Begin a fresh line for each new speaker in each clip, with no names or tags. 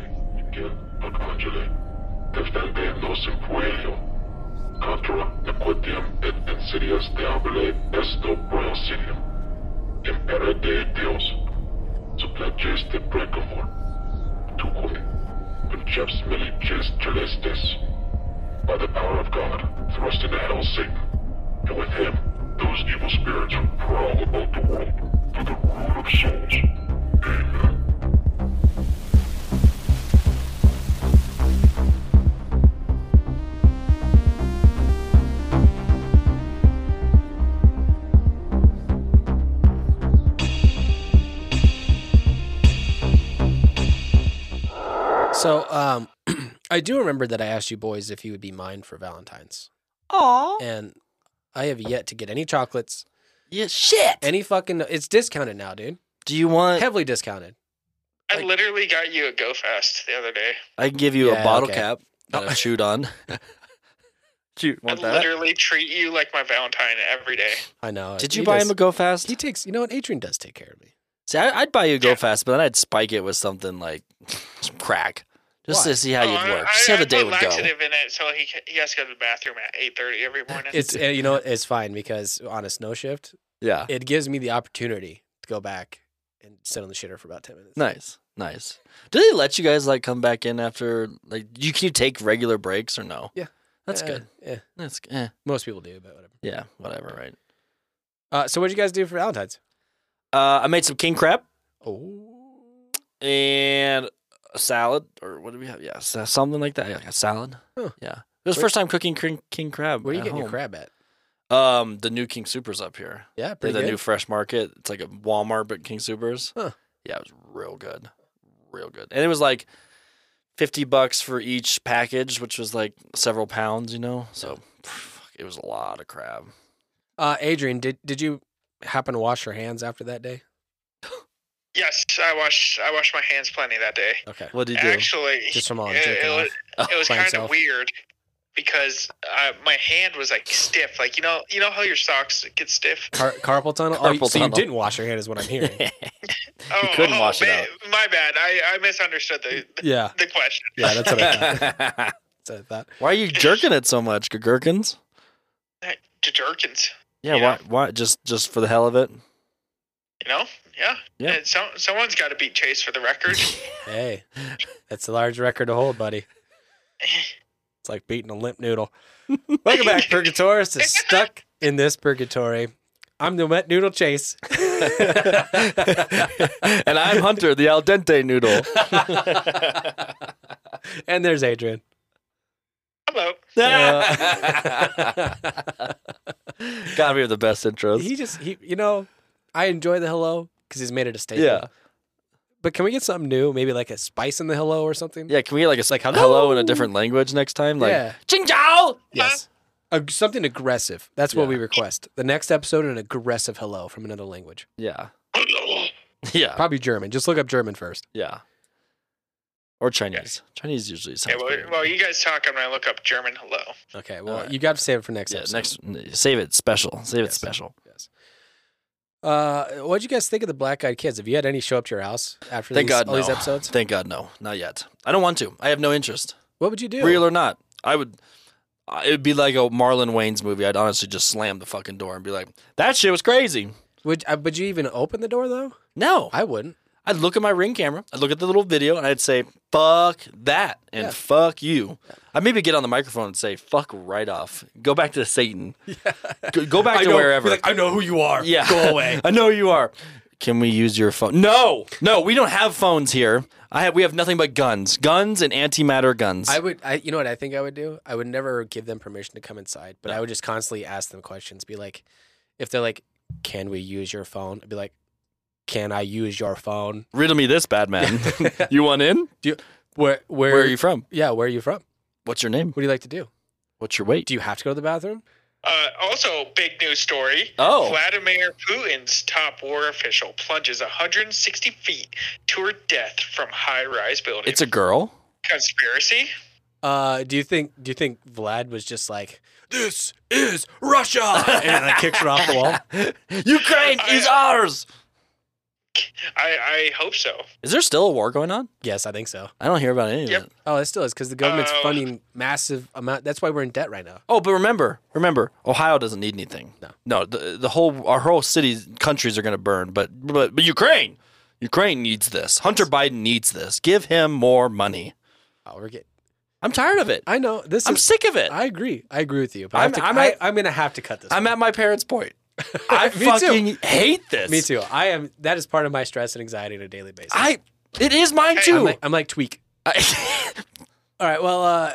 Sergio Arcangeli, defendernos en fuego contra Nequitiam et insidias diabole esto proacidium. Impere de Dios, supleges de precavor, tuque, conceps milices celestes. By the power of God, thrust into hell Satan, and with him, those evil spirits who prowl about the world for the ruin of souls. Amen.
So, um, I do remember that I asked you boys if you would be mine for Valentine's,
Aw.
and I have yet to get any chocolates,
Yeah, shit.
any fucking. It's discounted now, dude.
Do you want?
Heavily discounted.
I literally got you a Go Fast the other day.
I can give you
Yeah,
a bottle
okay.
cap that I chewed on. Cute. Want
I
that?
literally treat you like my Valentine every day.
I know.
Did
He
you buy
does-
him a Go Fast?
He takes. You know what? Adrian does take care of me.
See, I, I'd buy you a Go
Yeah.
Fast, but then I'd spike it with something like some crack, just
Why?
to see how
Oh,
you'd
I-
work, just see
I,
how the
I
day
put
would go.
laxative in it, so he ca- he has to go to the bathroom at eight thirty every morning.
It's uh, you know what? It's fine because on a snow shift,
Yeah.
it gives me the opportunity to go back and sit on the shitter for about ten minutes.
Nice, nice. Do they let you guys like come back in after like you can you take regular breaks or no?
Yeah.
that's
Eh,
good.
Yeah,
That's eh,
most people do, but whatever.
yeah, whatever, right?
Uh, so what'd you guys do for Valentine's?
Uh, I made some king crab
Oh,
and a salad, or what do we have? Yeah, sa- something like that. Yeah, like a salad.
Huh.
Yeah, it was
Where-
first time cooking king, king crab.
where are you
at
getting your
home.
crab at?
Um, the new King Supers up here.
Yeah,
They're
pretty
the
good.
new fresh market. It's like a Walmart but King Supers.
Huh.
Yeah, it was real good. Real good. And it was like fifty bucks for each package, which was like several pounds, you know? So fuck, it was a lot of crab.
uh, Adrian, did did you happen to wash your hands after that day?
yes, I washed I washed my hands plenty that day.
Okay.
What did you do?
Actually,
Just from all the
it,
jerking
it,
off.
was- it was
by
kind
himself.
of weird because uh, my hand was like stiff. Like you know, you know how your socks get stiff.
Car- carpal tunnel. oh, you-
Carpal
so
tunnel.
you didn't wash your hand, is what I'm hearing.
Oh,
couldn't wash it
ma- My bad. I, I misunderstood the
yeah,
the question.
yeah, that's what I thought. That's what I thought.
why are you jerking it so much, Gherkins?
To jerkins,
Yeah,
Yeah.
why why just just for the hell of it?
you know? Yeah.
Yeah.
And so, someone's got to beat Chase for the record.
Hey, that's a large record to hold, buddy. It's like beating a limp noodle. Welcome back, Purgatorius. Is stuck in this purgatory. I'm the wet noodle chase.
and I'm Hunter, the al dente noodle.
and there's Adrian. Uh,
Hello.
Yeah.
God, we have the best intros.
He just he, you know, I enjoy the hello because he's made it a staple.
Yeah.
But can we get something new? Maybe like a spice in the hello or something.
Yeah, can we get like a
Like,
like
hello?
hello, in a different language next time? Like
Yeah.
Ching Chao.
Yes. Ag- something aggressive. That's what
Yeah.
we request. The next episode, an aggressive hello from another language.
Yeah.
Hello.
Yeah.
Probably German. Just look up German first.
Yeah. Or Chinese. Chinese usually
Yeah,
sounds
well,
weird.
well, you guys talk. I'm gonna look up German hello.
Okay. Well,
Alright.
you got to save it for next
yeah,
episode.
next save it special. Save
Yes.
it special.
Yes. Uh, what'd you guys think of the Black Eyed Kids? Have you had any show up to your house after
Thank
these,
God
all
no.
these episodes?
Thank God no. Not yet. I don't want to. I have no interest.
What would you do?
Real or not. I would I- it would be like a Marlon Wayne's movie. I'd honestly just slam the fucking door and be like, "That shit was crazy."
Would uh, would you even open the door though?
No.
I wouldn't.
I'd look at my ring camera, I'd look at the little video, and I'd say, fuck that, and
Yeah.
fuck you. I'd maybe get on the microphone and say, fuck right off. Go back to Satan. Go, go back to wherever.
I know who you are.
yeah. I know you are. Can we use your phone? No, no, we don't have phones here. I have, we have nothing but guns, guns and antimatter guns.
I would. I, you know what I think I would do? I would never give them permission to come inside, but I would just constantly ask them questions. Be like, if they're like, "Can we use your phone?" I'd be like, "Can I use your phone?
Riddle me this, bad man. you want in?
Where? Where,
Where are you from?
Yeah, where are you from?
What's your name?
What do you like to do?
What's your weight?
Do you have to go to the bathroom?
Uh, also, big news story.
Oh.
Vladimir Putin's top war official plunges 160 feet to her death from high-rise building.
It's a girl.
conspiracy.
Uh, do you think? Do you think Vlad was just like, "This is Russia," and like kicks her off the wall?
Ukraine is ours.
I, I hope so.
Is there still a war going on?
Yes, I think so.
I don't hear about any
Yep.
of it.
Oh, it still is because the government's
Oh.
funding massive amount. That's why we're in debt right now.
Oh, but remember, remember, Ohio doesn't need anything.
No.
no, the, the whole our whole cities, countries are going to burn, but but but Ukraine, Ukraine needs this. Hunter Biden needs this. Give him more money.
Oh, we're getting.
I'm tired of it.
I know this
I'm
is.
sick of it.
I agree. I agree with you. But i
I'm-
have to,
I'm
I,
at-
am gonna have to cut this.
I'm at my parents' point. I
Me too.
fucking hate this.
Me too. I am. That is part of my stress and anxiety on a daily basis.
I. It is mine
Hey,
I'm
too.
like, I'm like tweak.
I-
All right. Well, uh,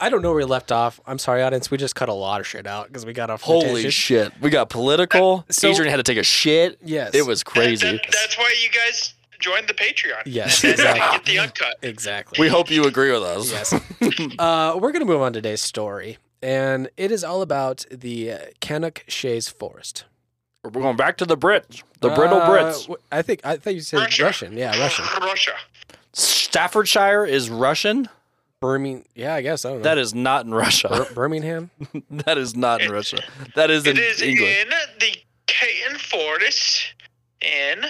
I don't know where we left off. I'm sorry, audience. We just cut a lot of shit out because we got off. on a
holy
tangent.
shit! We got political.
Uh, So-
Adrian had to take a shit.
Yes.
It was crazy.
That- that's why you guys joined the Patreon.
Yes,
And then
exactly.
get the uncut.
Exactly.
We hope you agree with us.
Yes. uh, we're going to move on to today's story, and it is all about the uh, Canuck Shays Forest.
We're going back to the Brits, the brittle
Uh,
Brits.
w- I think I thought you said
Russia.
Russian. Yeah, Russian.
Russia.
Staffordshire is Russian.
Birmingham. Yeah, I guess I don't know.
That is not in Russia.
Bir- Birmingham.
that is not in Russia. That is in
it is
England.
in the Caton Forest in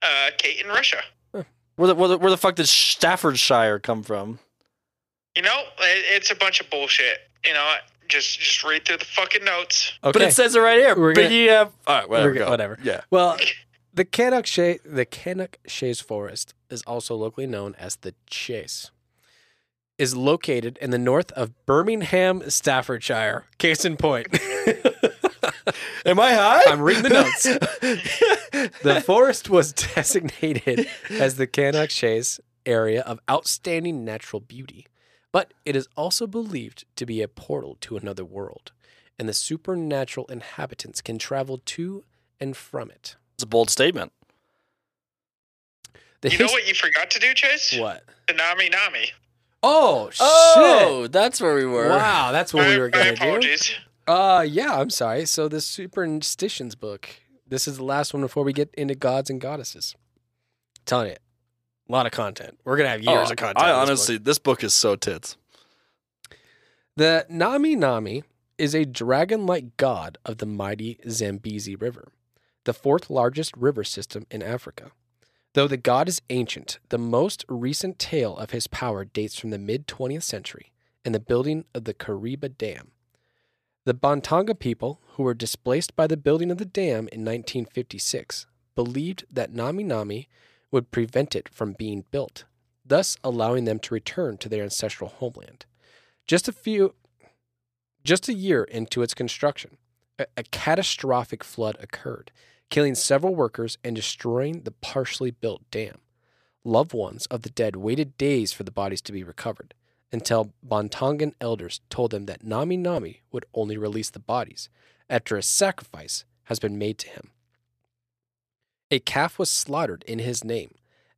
uh, Caton, Russia.
Where, the, where, the, where the fuck did Staffordshire come from?
You know, it, it's a bunch of bullshit. You know, just just read through the fucking notes.
Okay.
But it says it right here.
We're gonna-
Biggie. F- All right, whatever.
We're go-
go.
whatever.
Yeah.
well, the Canuck Shay the Canuck Shays Forest is also locally known as the Chase. Is located in the north of Birmingham, Staffordshire. Case in point.
Am I high?
I'm reading the notes. the forest was designated as the Canuck Chase area of outstanding natural beauty, but it is also believed to be a portal to another world, and the supernatural inhabitants can travel to and from it.
It's a bold statement.
The
You know
his-
what you forgot to do, Chase?
What?
The Nami Nami.
Oh, shit!
that's where we were.
Wow, that's what
My-
we were
my
gonna do.
apologies.
Uh, yeah, I'm sorry. So the superstitions book. This is the last one before we get into gods and goddesses. telling you, a lot of content. We're gonna have
Oh,
years of content.
I
in this
honestly,
book.
this book is so tits.
the Nami Nami is a dragon-like god of the mighty Zambezi River, the fourth largest river system in Africa. Though the god is ancient, the most recent tale of his power dates from the mid 20th century and the building of the Kariba Dam. The Bantanga people, who were displaced by the building of the dam in 1956, believed that Nami Nami would prevent it from being built, thus allowing them to return to their ancestral homeland. Just a few just a year into its construction, a, a catastrophic flood occurred, killing several workers and destroying the partially built dam. Loved ones of the dead waited days for the bodies to be recovered until Bontongan elders told them that Nami Nami would only release the bodies after a sacrifice has been made to him. A calf was slaughtered in his name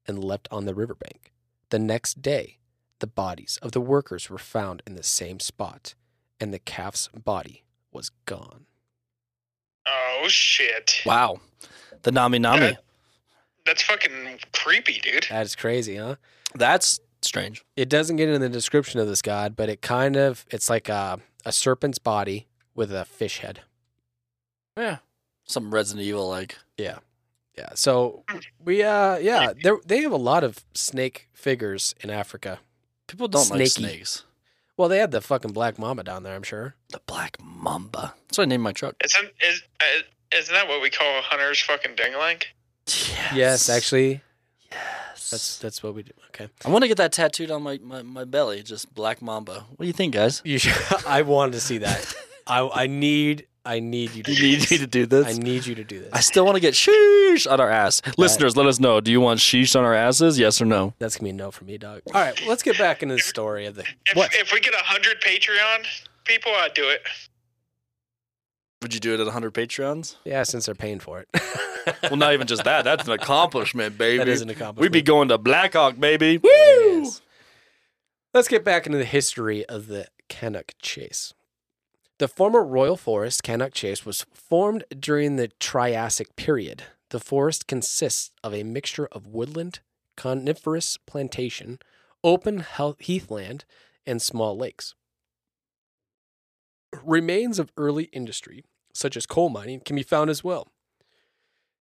and left on the riverbank. The next day, the bodies of the workers were found in the same spot, and the calf's body was gone.
Oh shit.
Wow. The Nami Nami.
That- That's fucking creepy, dude.
That is crazy, huh?
That's strange.
It doesn't get in the description of this god, but it kind of it's like a, a serpent's body with a fish head.
Yeah. Some Resident Evil like.
Yeah. So we uh yeah, there they have a lot of snake figures in Africa.
People don't like
Snakey.
snakes.
Well, they had the fucking black mama down there, I'm sure.
The Black Mamba. That's what I named my truck.
Isn't is uh, isn't that what we call a hunter's fucking dingling?
Yes.
Yes, actually.
Yes.
That's that's what we do. Okay.
I want to get that tattooed on my, my, my belly, just Black Mamba. What do you think, guys?
You should, I wanted to see that. I I need I need you to do this.
to do
I need you to do this.
I still want to get sheesh on our ass. Listeners, let us know. Do you want sheesh on our asses? Yes or no?
That's gonna be a no for me, dog. All right, let's get back into the story of the
If
what?
if we get a hundred Patreon people, I'd do it.
Would you do it at 100 Patreons?
Yeah, since they're paying for it,
well, not even just that. That's an accomplishment, baby.
that is an accomplishment.
We'd be going to Blackhawk, baby.
It
Woo!
is. Let's get back into the history of the Canuck Chase. The former Royal Forest Canuck Chase was formed during the Triassic period. The forest consists of a mixture of woodland, coniferous plantation, open hel- heathland, and small lakes. Remains of early industry, such as coal mining, can be found as well.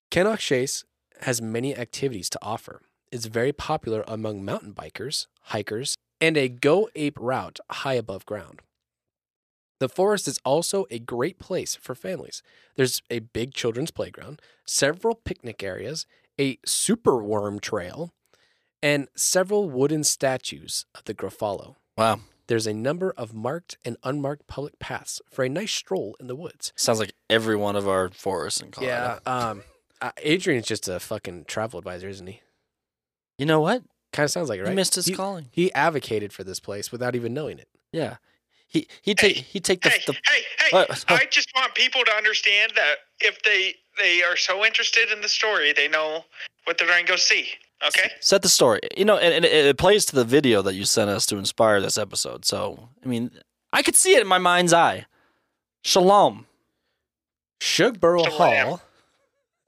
Canuck Chase has many activities to offer. It's very popular among mountain bikers, hikers, and a go ape route high above ground. The forest is also a great place for families. There's a big children's playground, several picnic areas, a superworm trail, and several wooden statues of the Grafalo.
Wow.
There's a number of marked and unmarked public paths for a nice stroll in the woods.
Sounds like every one of our forests in Colorado.
Yeah. Um, uh, Adrian's just a fucking travel advisor, isn't he?
You know what?
Kind of sounds like it, right?
He missed his
he,
calling.
he advocated for this place without even knowing it.
Yeah. He he take he take the,
Hey,
the
hey, hey!
What?
I just want people to understand that if they they are so interested in the story, they know what they're going to go see. Okay.
set the story. You know, and, and it, it plays to the video that you sent us to inspire this episode. So I mean, I could see it in my mind's eye. Shalom.
Shugborough
Shalom.
Hall,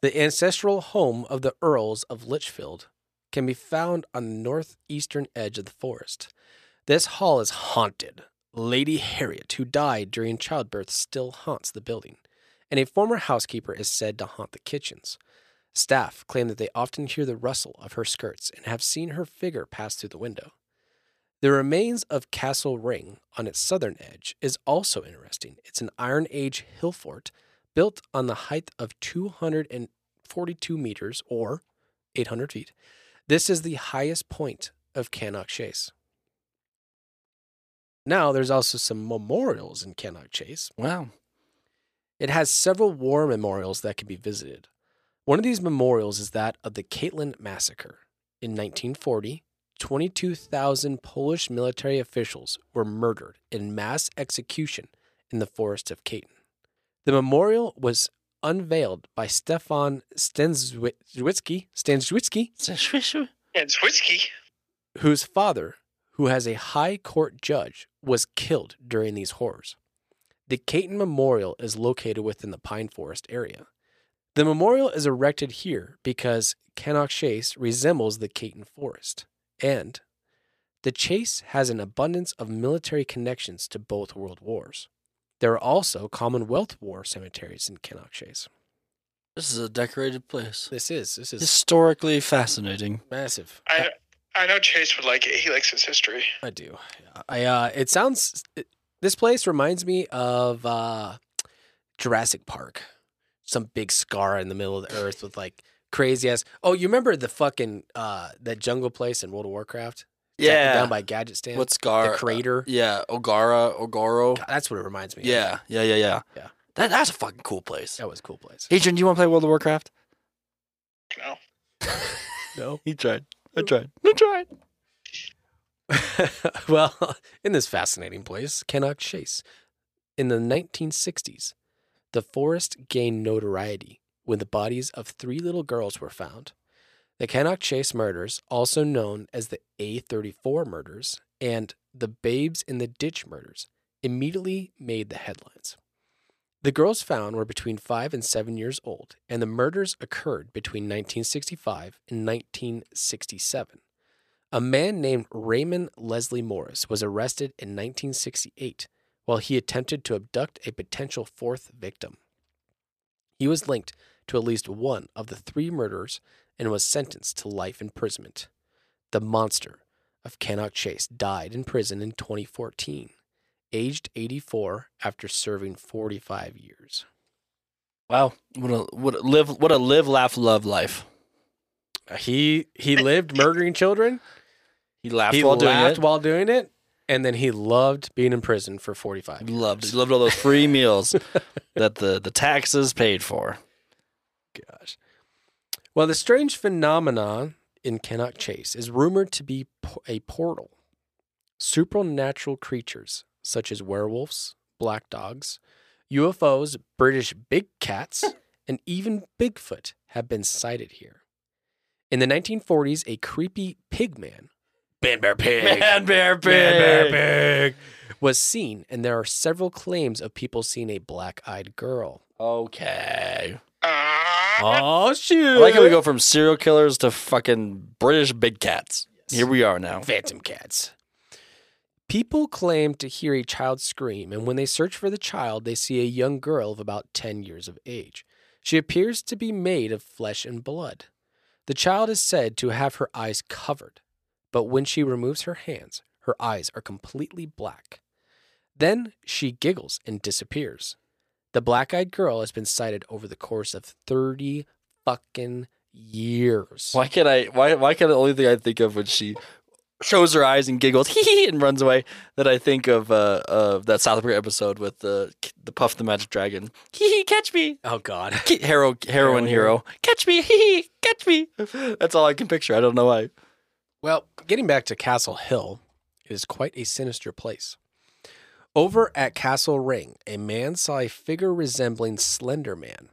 the ancestral home of the Earls of Litchfield, can be found on the northeastern edge of the forest. This hall is haunted. Lady Harriet, who died during childbirth, still haunts the building, and a former housekeeper is said to haunt the kitchens. Staff claim that they often hear the rustle of her skirts and have seen her figure pass through the window. The remains of Castle Ring on its southern edge is also interesting. It's an Iron Age hill fort built on the height of 242 meters or 800 feet. This is the highest point of Cannock Chase. Now, there's also some memorials in Cannock Chase.
Wow.
It has several war memorials that can be visited. One of these memorials is that of the Katyn Massacre. In 1940, 22,000 Polish military officials were murdered in mass execution in the forest of Katyn. The memorial was unveiled by Stefan Stanzwitsky, Stanzwitsky
And Switzky.
whose father, who has a high court judge, was killed during these horrors. The Caton Memorial is located within the Pine Forest area. The memorial is erected here because Cannock Chase resembles the Caton Forest, and the chase has an abundance of military connections to both world wars. There are also Commonwealth War cemeteries in Cannock Chase.
This is a decorated place.
This is this is
Historically fascinating.
massive.
I I know Chase would like it. He likes his history.
I do. I uh it sounds it, this place reminds me of uh Jurassic Park. Some big scar in the middle of the earth with like crazy ass. Oh, you remember the fucking uh that jungle place in World of Warcraft? Down- Down by Gadget Stand.
What's Gar?
the crater?
yeah, Ogara, Ogoro.
God, that's what it reminds me of.
Yeah, yeah, yeah, yeah.
Yeah.
That that's a fucking cool place.
That was a cool place.
Adrian, do you want to play World of Warcraft?
No.
No.
He tried. I tried. I tried.
well, in this fascinating place, Cannock Chase, in the 1960s, the forest gained notoriety when the bodies of three little girls were found. The Cannock Chase murders, also known as the A34 murders and the Babes in the Ditch murders, immediately made the headlines. The girls found were between five and seven years old, and the murders occurred between 1965 and 1967. A man named Raymond Leslie Morris was arrested in 1968 while he attempted to abduct a potential fourth victim. He was linked to at least one of the three murders and was sentenced to life imprisonment. The monster of Cannock Chase died in prison in 2014, aged 84 after serving 45 years.
Wow. What a what a live what a live laugh love life.
Uh, He he lived murdering children.
He laughed
he
while
laughed
doing
while doing it, and then he loved being in prison for 45
it. He loved. He loved all those free meals that the the taxes paid for.
gosh. Well, the strange phenomenon in Cannock Chase is rumored to be po- a portal. Supernatural creatures such as werewolves, black dogs, UFOs, British big cats, and even Bigfoot have been sighted here. In the 1940s, a creepy pig man, Man Bear Pig,
bear
Man Bear Pig, was seen, and there are several claims of people seeing a black eyed girl.
Okay.
Uh,
Oh, shoot.
I like how we go from serial killers to fucking British big cats. Here we are now.
Phantom cats. People claim to hear a child scream, and when they search for the child, they see a young girl of about 10 years of age. She appears to be made of flesh and blood. The child is said to have her eyes covered, but when she removes her hands, her eyes are completely black. Then she giggles and disappears. The black eyed girl has been sighted over the course of 30 fucking years.
Why can't I? Why why can the only thing I think of when she shows her eyes and giggles hee hee and runs away that I think of uh of that South Africa episode with the the Puff the Magic Dragon hee hee catch me
Oh, God.
Ke- hero
Heroin
heroin hero catch me hee hee catch me that's all I can picture I don't know why
Well, getting back to Castle Hill is quite a sinister place. Over at Castle Ring, a man saw a figure resembling Slender Man.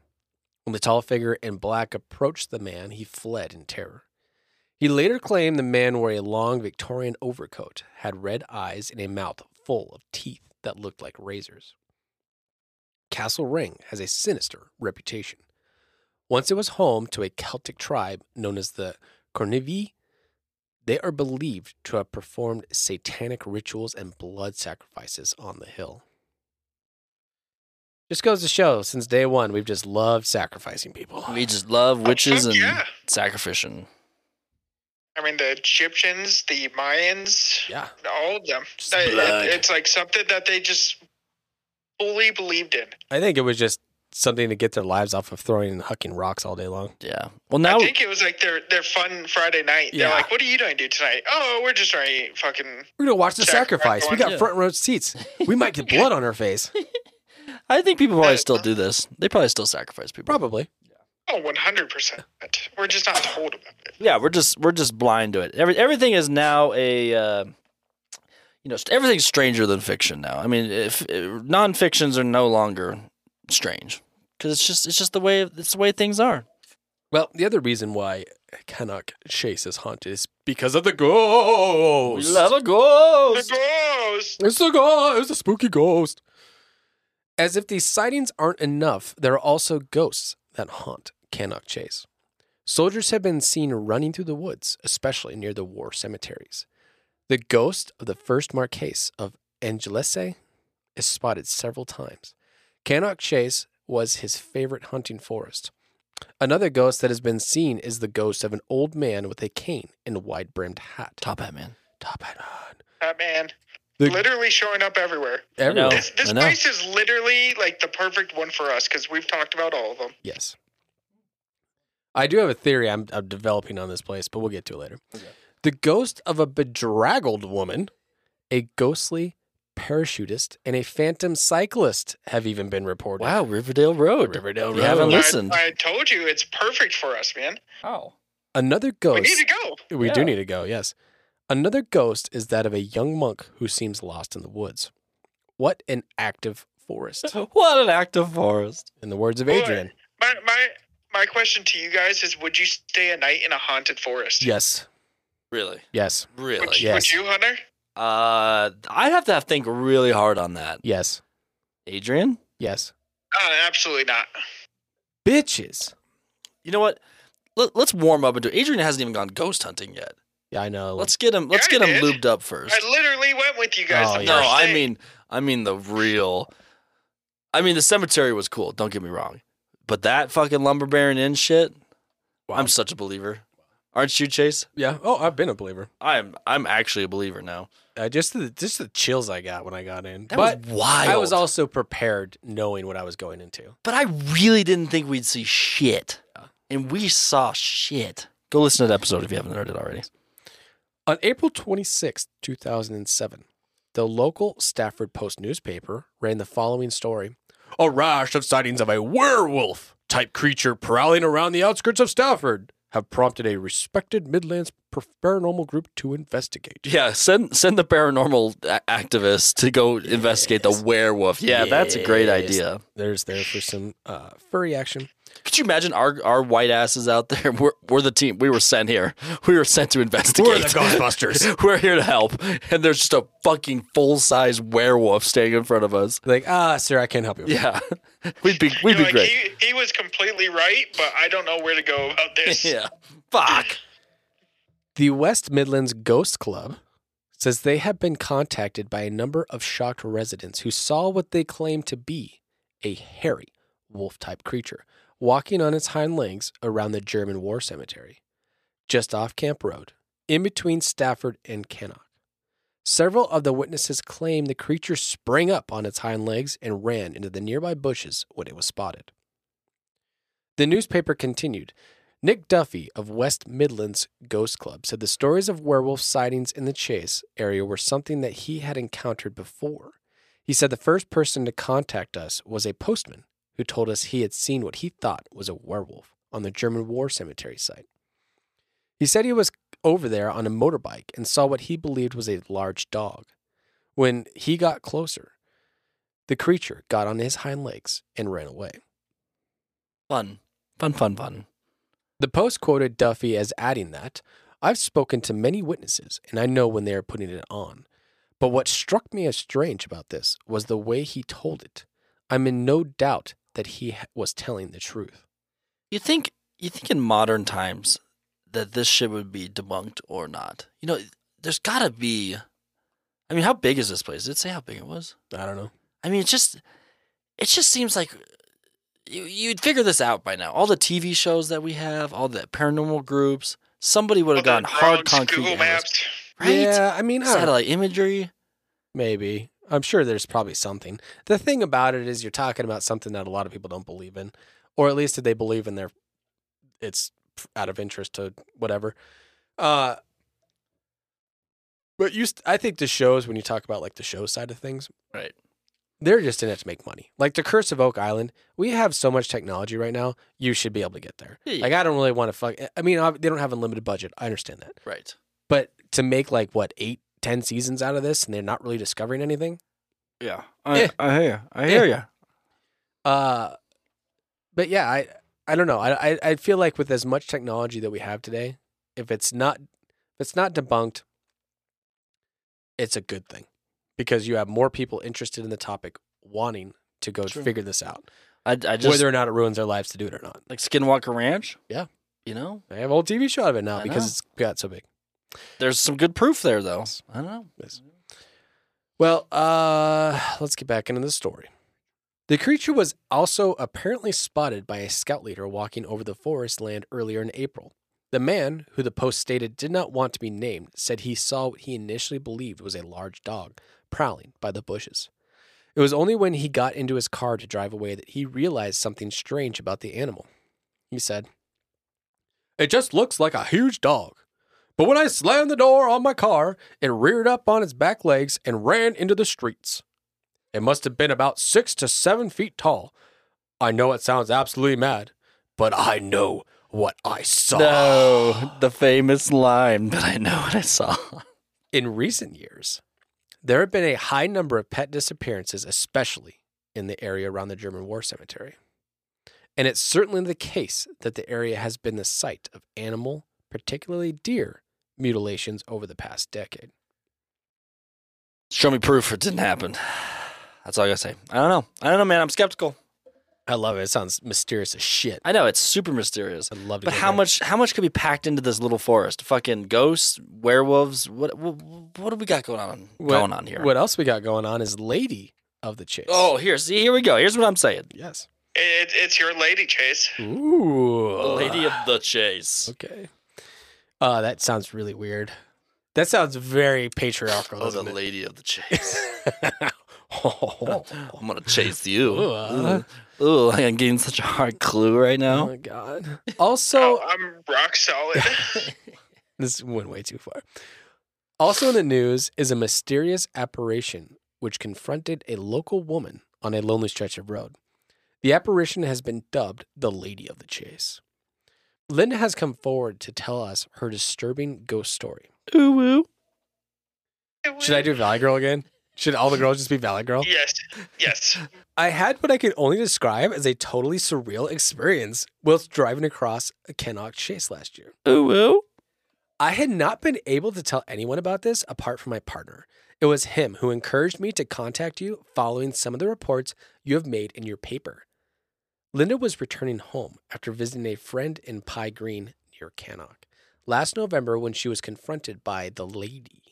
When the tall figure in black approached the man, he fled in terror. He later claimed the man wore a long Victorian overcoat, had red eyes, and a mouth full of teeth that looked like razors. Castle Ring has a sinister reputation. Once it was home to a Celtic tribe known as the Cornivii, they are believed to have performed satanic rituals and blood sacrifices on the hill. Just goes to show, since day one, we've just loved sacrificing people.
we just love witches
fuck
and
yeah.
sacrificing
I mean, the Egyptians, the Mayans,
Yeah.
all of them.
Just
It- it-
blood.
it's like something that they just fully believed in.
I think it was just something to get their lives off of throwing and hucking rocks all day long.
yeah well now
I think it was like their their fun Friday night.
Yeah.
They're like, "What are you going to do tonight?" Oh, we're just going to fucking.
We're going to watch the
Sacrifice
sacrifice. We got
one.
front row seats. We might get blood on our face.
I think people probably still do this they probably still sacrifice people
Probably.
Oh, one hundred percent. We're just not told about it.
yeah we're just we're just blind to it Every, everything is now a uh, you know st- everything's stranger than fiction now i mean if, if non-fictions are no longer strange because it's just it's just the way it's the way things are
Well, the other reason why Canuck Chase is haunted is because of the ghost.
a
The
ghost
ghost.
It's a ghost. It's a spooky ghost. As if these sightings aren't enough, there are also ghosts that haunt Canuck Chase. Soldiers have been seen running through the woods, especially near the war cemeteries. The ghost of the first Marquess of Angelese is spotted several times. Canuck Chase was his favorite hunting forest. Another ghost that has been seen is the ghost of an old man with a cane and a wide brimmed hat.
top hat man
Top hat on.
That man
The-
literally showing up everywhere.
know.
Everywhere.
This, this
I know.
place is literally like the perfect one for us because we've talked about all of them.
Yes. I do have a theory I'm, I'm developing on this place, but we'll get to it later. The ghost of a bedraggled woman, a ghostly parachutist, and a phantom cyclist have even been reported.
wow riverdale road
Riverdale
You haven't
Road.
I-
listened
I, told you it's perfect for us, man.
oh
Another
We
ghost.
need to go.
We do
Yeah.
need to go, yes. Another ghost is that of a young monk who seems lost in the woods. What an active forest,
what an active forest
in the words of
Boy.
Adrian.
My my my question to you guys is: Would you stay a night in a haunted forest?
Yes,
really
yes,
really
Would,
Yes.
would you, Hunter?
uh i'd have to think really hard on that
yes,
adrian
yes.
Uh, absolutely not.
Bitches.
you know what Let, let's warm up and do adrian hasn't even gone ghost hunting yet
Yeah, I know.
Let's get him. Let's
Yeah,
get
I
him
did.
lubed up first.
I literally went with you guys.
Oh,
the
yeah.
No,
first
I
day.
mean, I mean the real. I mean, the cemetery was cool. Don't get me wrong, but that fucking lumber baron inn shit.
Wow.
I'm such a believer. Aren't you, Chase?
yeah. Oh, I've been a believer.
I'm. I'm actually a believer now.
Uh, just the just the chills I got when I got in.
That
but
was wild.
I was also prepared, knowing what I was going into.
but I really didn't think we'd see shit, and we saw shit. Go listen to that episode if you haven't heard it already.
On April twenty sixth, two 2007, the local Stafford Post newspaper ran the following story A rash of sightings of a werewolf type creature prowling around the outskirts of Stafford have prompted a respected Midlands per- paranormal group to investigate.
Yeah, send send the paranormal a- activists to go investigate the werewolf. Yeah, that's a great
Yes.
idea.
There's there for some uh, furry action.
Could you imagine our our white asses out there? We're, we're the team. We were sent here. We were sent to investigate.
We're the Ghostbusters.
We're here to help. And there's just a fucking full size werewolf standing in front of us.
like, ah, sir, I can't help you.
Yeah, we'd be we'd
You're
be
like,
great.
He, he was completely right, but I don't know where to go about this.
yeah, fuck.
The West Midlands Ghost Club says they have been contacted by a number of shocked residents who saw what they claim to be a hairy wolf type creature walking on its hind legs around the German war cemetery. just off Camp Road, in between Stafford and Cannock. Several of the witnesses claim the creature sprang up on its hind legs and ran into the nearby bushes when it was spotted. The newspaper continued. Nick Duffy of West Midlands Ghost Club said the stories of werewolf sightings in the Chase area were something that he had encountered before. He said the first person to contact us was a postman who told us he had seen what he thought was a werewolf on the German war cemetery site. He said he was over there on a motorbike and saw what he believed was a large dog. When he got closer, the creature got on his hind legs and ran away.
Fun. Fun, fun, fun.
The Post quoted Duffy as adding that, I've spoken to many witnesses and I know when they are putting it on. But what struck me as strange about this was the way he told it. I'm in no doubt that he ha- was telling the truth.
You think you think in modern times that this shit would be debunked or not? You know, there's gotta be I mean, how big is this place? Did it say how big it was?
I don't know.
I mean, it just it just seems like you, you'd figure this out by now. All the TV shows that we have, all the paranormal groups, somebody would have gotten hard
Roads,
concrete.
Google
analysis,
Maps.
right?
Yeah, I mean, I don't know.
Satellite imagery.
maybe. I'm sure there's probably something. The thing about it is you're talking about something that a lot of people don't believe in, or at least if they believe in their, it's out of interest to whatever. Uh, but you, st- I think the shows when you talk about like the show side of things,
Right.
They're just in it to make money. Like the Curse of Oak Island, we have so much technology right now. You should be able to get there.
Yeah.
Like I don't really want to fuck. I mean, ob- they don't have a limited budget. I understand that,
Right.
but to make like what eight, ten seasons out of this, and they're not really discovering anything.
Yeah.
I-
I hear you. I
hear
you.
Uh, but yeah, I I don't know. I, I I feel like with as much technology that we have today, if it's not if it's not debunked, it's a good thing because you have more people interested in the topic wanting to go
True.
figure this out,
I, I just
whether or not it ruins their lives to do it or not.
like Skinwalker Ranch.
Yeah.
You know,
They have a whole TV show out of it now
I
because
know.
it's got so big.
there's some good proof there though. I don't know.
Well, uh, let's get back into the story. The creature was also apparently spotted by a scout leader walking over the forest land earlier in April. The man, who the Post stated did not want to be named, said he saw what he initially believed was a large dog prowling by the bushes. It was only when he got into his car to drive away that he realized something strange about the animal. He said, It just looks like a huge dog. But when I slammed the door on my car, it reared up on its back legs and ran into the streets. It must have been about six to seven feet tall. I know it sounds absolutely mad, but I know what I saw.
No, the famous line, but I know what I saw.
In recent years, there have been a high number of pet disappearances, especially in the area around the German War Cemetery. And it's certainly the case that the area has been the site of animal, particularly deer, mutilations over the past decade.
Show me proof it didn't happen. That's all I gotta say. I don't know. I don't know, man. I'm skeptical.
I love it. It sounds mysterious as shit.
I know it's super mysterious.
I'd love to.
But
go
how
there.
much? How much could be packed into this little forest? Fucking ghosts, werewolves. What? What, what do we got going on?
What-
going on here?
What else we got going on is Lady of the Chase.
Oh, here. See, here we go. Here's what I'm saying.
yes.
It, it's your lady, Chase.
Ooh,
The Lady of the Chase.
Okay. Uh, that sounds really weird. That sounds very patriarchal.
Oh, the
doesn't it?
Lady of the Chase.
oh,
I'm gonna chase you.
Ooh, uh.
Ooh, uh-huh. Ooh, I'm getting such a hard clue right now.
my god.
Oh,
Also,
I'm rock solid.
this went way too far. Also in the news is a mysterious apparition which confronted a local woman on a lonely stretch of road. The apparition has been dubbed the Lady of the Chase. Linda has come forward to tell us her disturbing ghost story.
Ooh, woo.
Should I do Valley Girl again? Should all the girls just be Valley Girl?
Yes. Yes.
I had what I could only describe as a totally surreal experience whilst driving across a Kennock Chase last year.
Ooh, woo.
I had not been able to tell anyone about this apart from my partner. It was him who encouraged me to contact you following some of the reports you have made in your paper. Linda was returning home after visiting a friend in Pie Green near Cannock last November when she was confronted by the lady.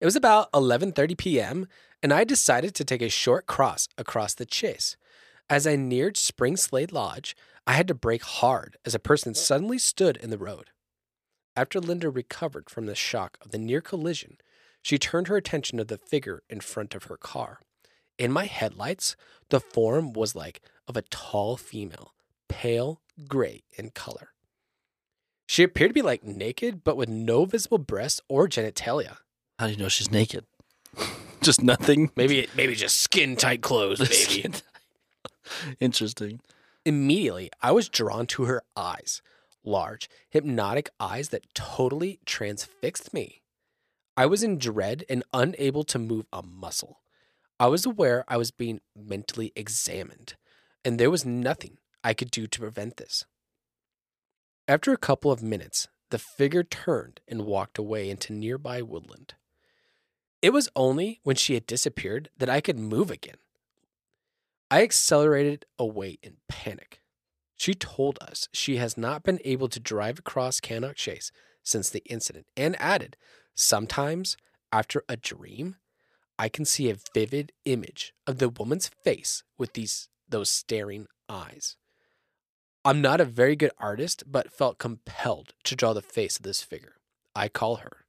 It was about 11:30 p.m. and I decided to take a short cross across the chase. As I neared Spring Slade Lodge, I had to brake hard as a person suddenly stood in the road. After Linda recovered from the shock of the near collision, she turned her attention to the figure in front of her car. In my headlights, the form was like of a tall female, pale gray in color. She appeared to be like naked, but with no visible breasts or genitalia.
How do you know she's naked? Just nothing.
Maybe, maybe just skin tight clothes, baby.
Interesting.
Immediately, I was drawn to her eyes large, hypnotic eyes that totally transfixed me. I was in dread and unable to move a muscle. I was aware I was being mentally examined, and there was nothing I could do to prevent this. After a couple of minutes, the figure turned and walked away into nearby woodland. It was only when she had disappeared that I could move again. I accelerated away in panic. She told us she has not been able to drive across Canuck Chase since the incident and added, sometimes after a dream, I can see a vivid image of the woman's face with these those staring eyes. I'm not a very good artist, but felt compelled to draw the face of this figure. I call her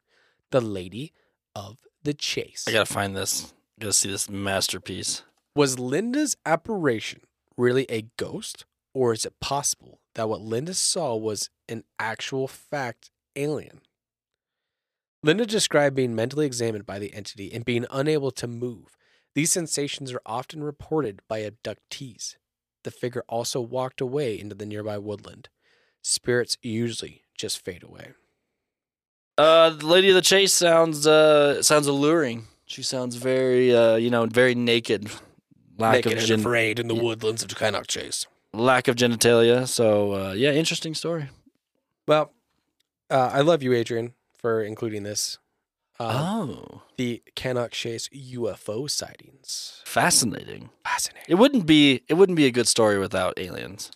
the Lady of the Chase.
I gotta find this. Gotta see this masterpiece.
Was Linda's apparition really a ghost, or is it possible that what Linda saw was an actual fact alien? Linda described being mentally examined by the entity and being unable to move. These sensations are often reported by abductees. The figure also walked away into the nearby woodland. Spirits usually just fade away.
Uh, the Lady of the Chase sounds uh sounds alluring. She sounds very uh you know very naked, lack
Naked
of
and
gen-
afraid in the woodlands of Kynoch Chase.
lack of genitalia. So uh, yeah, interesting story.
Well, uh, I love you, Adrian, for including this. Uh,
oh,
The Canuck Chase UFO sightings.
fascinating.
Fascinating.
It wouldn't be it wouldn't be a good story without aliens.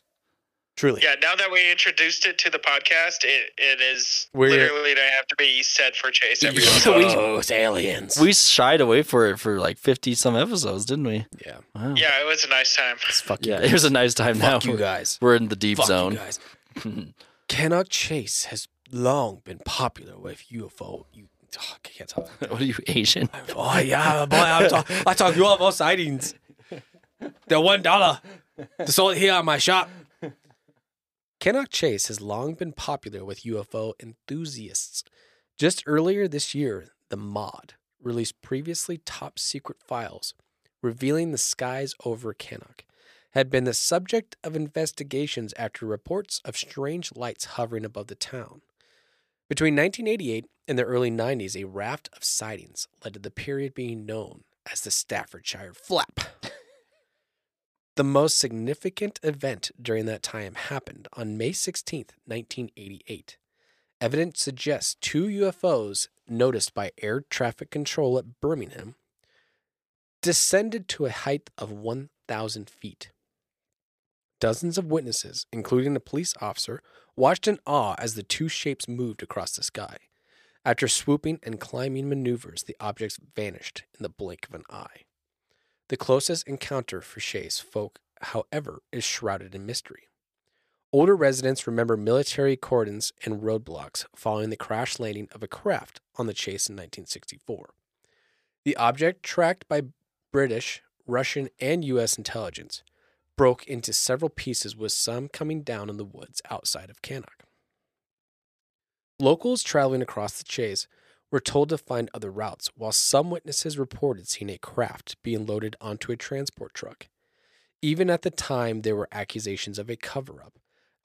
Truly.
Yeah, now that we introduced it to the podcast, it, it is
We're-
literally going to have to be said for Chase every once in a while.
UFOs, aliens.
We shied away for it for like fifty some episodes, didn't we?
yeah.
Wow.
Yeah, it was a nice time.
It's fuck you
Yeah,
guys.
here's a nice time now.
Fuck you guys.
We're in the deep
Fuck
zone.
you guys. Canuck Chase has long been popular with UFO. You, oh, I can't talk.
what are you Asian?
Oh yeah, boy, I talk, I talk UFO sightings. They're one dollar. They sold here at my shop. Canuck Chase has long been popular with UFO enthusiasts. Just earlier this year, the MOD released previously top secret files revealing the skies over Canuck had been the subject of investigations after reports of strange lights hovering above the town. Between 1988 and the early 90s, a raft of sightings led to the period being known as the Staffordshire Flap. the most significant event during that time happened on May 16, 1988. Evidence suggests two UFOs noticed by air traffic control at Birmingham descended to a height of 1,000 feet. Dozens of witnesses, including a police officer, watched in awe as the two shapes moved across the sky. After swooping and climbing maneuvers, the objects vanished in the blink of an eye. The closest encounter for Chase folk, however, is shrouded in mystery. Older residents remember military cordons and roadblocks following the crash landing of a craft on the Chase in 1964. The object, tracked by British, Russian, and U.S. intelligence, broke into several pieces, with some coming down in the woods outside of Cannock. Locals traveling across the chase were told to find other routes, while some witnesses reported seeing a craft being loaded onto a transport truck. Even at the time, there were accusations of a cover up.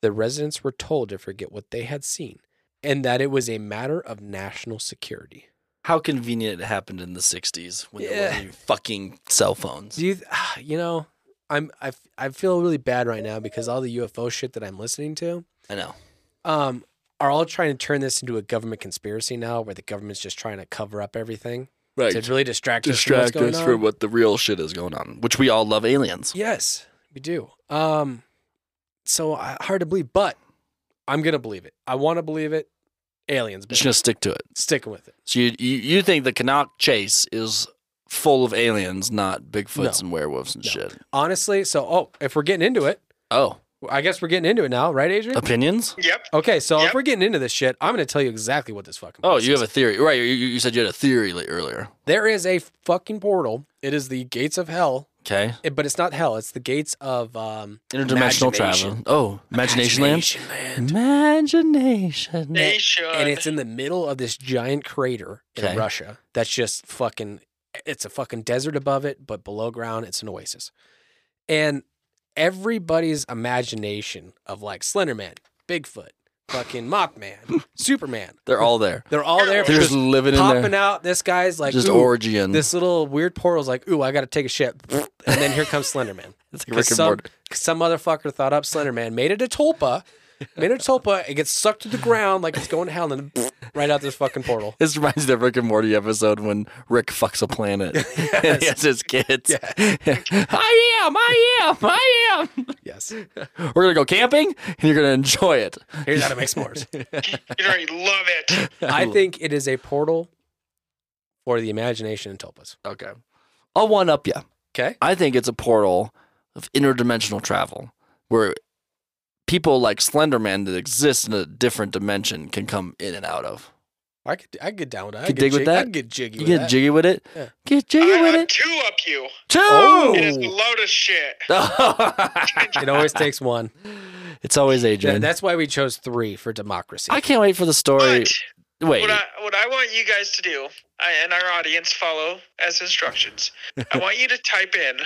The residents were told to forget what they had seen and that it was a matter of national security.
How convenient it happened in the '60s when there
Yeah.
wasn't even fucking cell phones.
Do you, you know, I'm I, f- I feel really bad right now because all the UFO shit that I'm listening to,
I know.
um, are all trying to turn this into a government conspiracy now, where the government's just trying to cover up everything
Right.
to really distract, us
distract
from what's going
us
on.
from what the real shit is going on, which we all love aliens.
Yes, we do. Um, so I, hard to believe, but I'm gonna believe it. I want to believe it. Aliens,
Just
but
gonna stick to it.
sticking with it.
So you you, you think the Canuck chase is full of aliens, not Bigfoots
No.
and werewolves and
No.
shit?
Honestly, so oh, if we're getting into it,
Oh,
I guess we're getting into it now, right, Adrian?
Opinions?
Yep.
Okay, so if
Yep.
we're getting into this shit, I'm going to tell you exactly what this fucking.
Oh,
place
you
is.
have a theory, right? You, you you said you had a theory li- earlier.
There is a fucking portal. It is the gates of hell,
Okay,
it- but it's not hell. It's the gates of um,
interdimensional travel.
Imagination.
Oh, imagination,
Imagination
land. Imagination.
They should.
and it's in the middle of this giant crater in
Okay.
Russia that's just fucking it's a fucking desert above it, but below ground it's an oasis. And everybody's imagination of like Slenderman, Bigfoot, fucking Mothman, Superman,
They're all there.
they're all there
They're just
just
living in
popping
there.
out. This guy's like
just
"Ooh,"
orgy and
this little weird portal's like, ooh, I gotta take a shit. And then here comes Slenderman.
It's like
Because
Rick and
some,
Morty.
'cause some motherfucker thought up Slenderman, made it a tulpa, made it a tulpa, it gets sucked to the ground like it's going to hell, and then right out this fucking portal.
This reminds me of Rick and Morty episode when Rick fucks a planet and he has his kids. I am, I am, I
Yes.
am. We're gonna go camping and you're gonna enjoy it.
Here's how to make s'mores.
You're gonna love it.
I think it is a portal for the imagination in tulpas.
Okay, I'll one up you.
Okay.
I think it's a portal of interdimensional travel where people like Slenderman that exist in a different dimension can come in and out of.
I could I could get down with that. I
Could
could
dig with
jig- I
that?
could get jiggy
You
with
get
that.
jiggy with it.
Yeah.
Get jiggy
I
with
have
it.
two up you.
Two.
Oh.
It is a load of shit.
It always takes one.
it's always
Th-
Adrian.
That's why we chose three for democracy.
I can't wait for the story.
But
Wait,
what I what I want you guys to do, I, and our audience follow as instructions. I want you to type in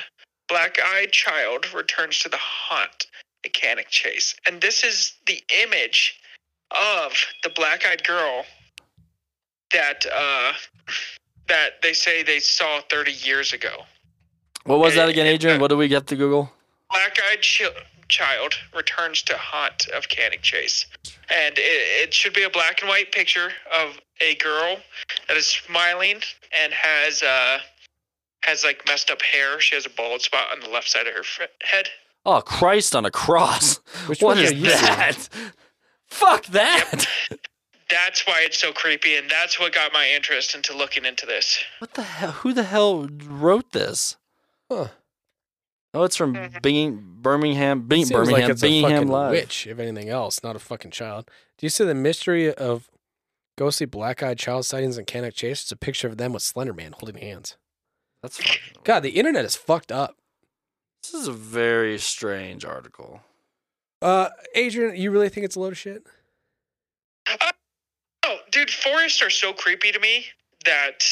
"Black Eyed Child returns to the haunt mechanic chase," and this is the image of the black eyed girl that uh, that they say they saw thirty years ago.
what was that again, Adrian?
uh,
What do we get to Google?
Black Eyed Chi- Child returns to haunt of Canic Chase. And it, it should be a black and white picture of a girl that is smiling and has uh has like messed up hair. She has a bald spot on the left side of her f- head.
Oh, Christ on a cross.
Which
what
one
is
are you seeing?
that? Fuck that.
That's why it's so creepy, and that's what got my interest into looking into this.
What the hell? Who the hell wrote this?
Huh.
Oh, it's from
Mm-hmm.
Bing, Birmingham, Bing,
Seems
Birmingham,
like it's a
Bingham
fucking
Live.
witch, if anything else, not a fucking child. Do you see the mystery of ghostly black-eyed child sightings in Canic Chase? It's a picture of them with Slender Man holding hands.
That's fucking-
God, the internet is fucked up.
this is a very strange article.
Uh, Adrian, you really think it's a load of shit?
Oh, dude, forests are so creepy to me that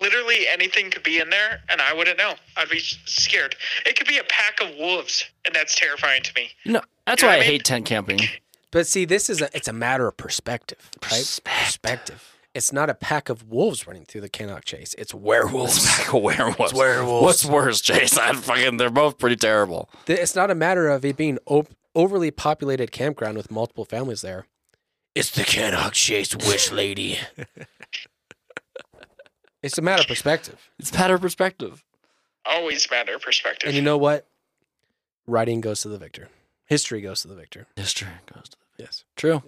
literally anything could be in there, and I wouldn't know. I'd be s- scared. It could be a pack of wolves, and that's terrifying to me.
No, that's
You know
why
what
I
I mean?
hate tent camping.
But see, this is a it's a matter of perspective, right? Perspective. It's not a pack of wolves running through the Canuck chase. It's werewolves.
Back of werewolves. werewolves. What's worse, Chase? I fucking. They're both pretty terrible.
Th- It's not a matter of it being op- overly populated campground with multiple families there. It's the Canuck chase, wish lady. it's a matter of perspective,
It's matter of perspective.
Always matter of perspective.
and you know what? Writing goes to the victor. History goes to the victor.
History goes to
Yes.
true.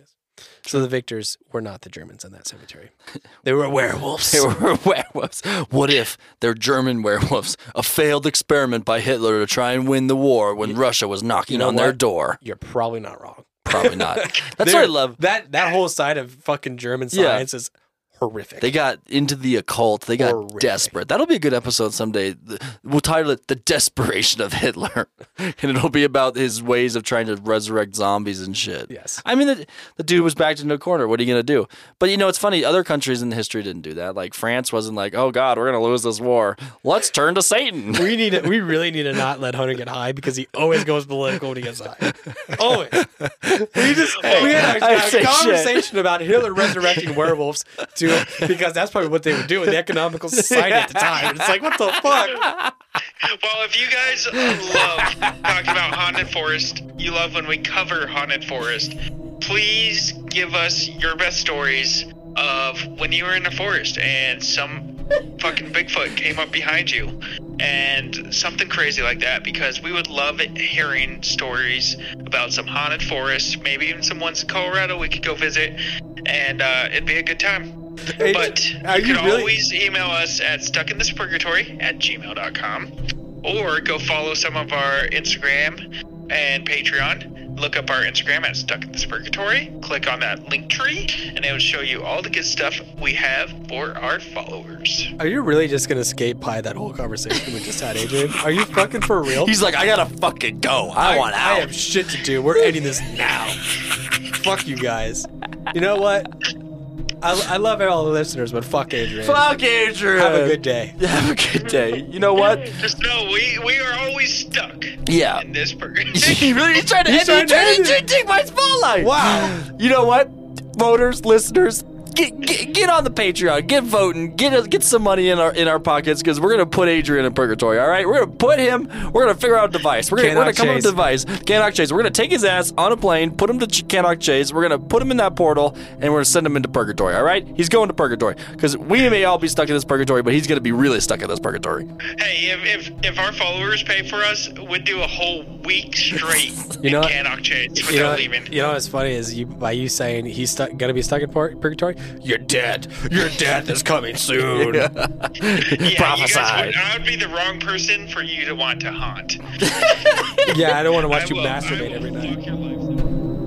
So the victors were not the Germans in that cemetery. They were werewolves.
They were werewolves. What if they're German werewolves? A failed experiment by Hitler to try and win the war when Russia was knocking
You know
on their
what?
door.
You're probably not wrong.
Probably not. That's
They're-
what I love.
That that whole side of fucking German
Yeah.
science is horrific.
They got into the occult. They got
Horrific.
desperate. That'll be a good episode someday. The- We'll title it "The Desperation of Hitler," and it'll be about his ways of trying to resurrect zombies and shit.
yes.
I mean, the, the dude was backed into a corner. What are you going to do? But you know, it's funny. Other countries in history didn't do that. Like France wasn't like, oh God, we're going to lose this war. Let's turn to Satan.
We need to, we really need to not let Hunter get high because he always goes political when he gets high. Always. We just we had a,
I
a
say shit.
conversation about Hitler resurrecting werewolves to because that's probably what they would do in the economical society at the time. It's like what the fuck?
well, if you guys love talking about haunted forest, you love when we cover haunted forest. Please give us your best stories of when you were in the forest and some fucking Bigfoot came up behind you and something crazy like that because we would love it hearing stories about some haunted forest, maybe even some ones in Colorado we could go visit and uh, it'd be a good time.
Hey,
But you
are
can
you really-
always email us at stuckinthispurgatory at gmail.com or go follow some of our Instagram and Patreon. Look up our Instagram at Stuck in This Purgatory. Click on that link tree, and it will show you all the good stuff we have for our followers.
Are you really just gonna skate pie that whole conversation we just had, Adrian? Are you fucking for real?
He's like, I gotta fucking go. I, want
I
out.
have shit to do. We're ending this now. fuck you guys. You know what? I, I love all the listeners, but fuck Adrian.
Fuck Adrian.
Have a good day.
Have a good day. You know what?
Just know we we are always stuck
Yeah.
in this
he
purgatory.
really he's trying to
He's
end
trying to
it. He's
end
trying to take my spotlight.
Wow.
You know what? Voters, listeners, get, get get on the Patreon. Get voting. Get get some money in our in our pockets because we're gonna put Adrian in purgatory. All right, we're gonna put him. We're gonna figure out a device. We're gonna, we're gonna
Cannot
come up with a
chase.
device. Cannock Chase. We're gonna take his ass on a plane, put him to Ch- Cannock Chase. We're gonna put him in that portal, and we're gonna send him into purgatory. All right, he's going to purgatory because we may all be stuck in this purgatory, but he's gonna be really stuck in this purgatory.
hey, if, if if our followers pay for us, we'd do a whole week straight.
You know
in
what?
Cannock Chase without
You know,
leaving.
you know what's funny is you by you saying he's stuck, gonna be stuck in pur- purgatory.
You're dead. Your death is coming soon.
Yeah, you guys
Prophesied.
would, I would be the wrong person for you to want to haunt.
Yeah, I don't want to
I
watch you
will- I
masturbate
will
every night.
fuck your life up.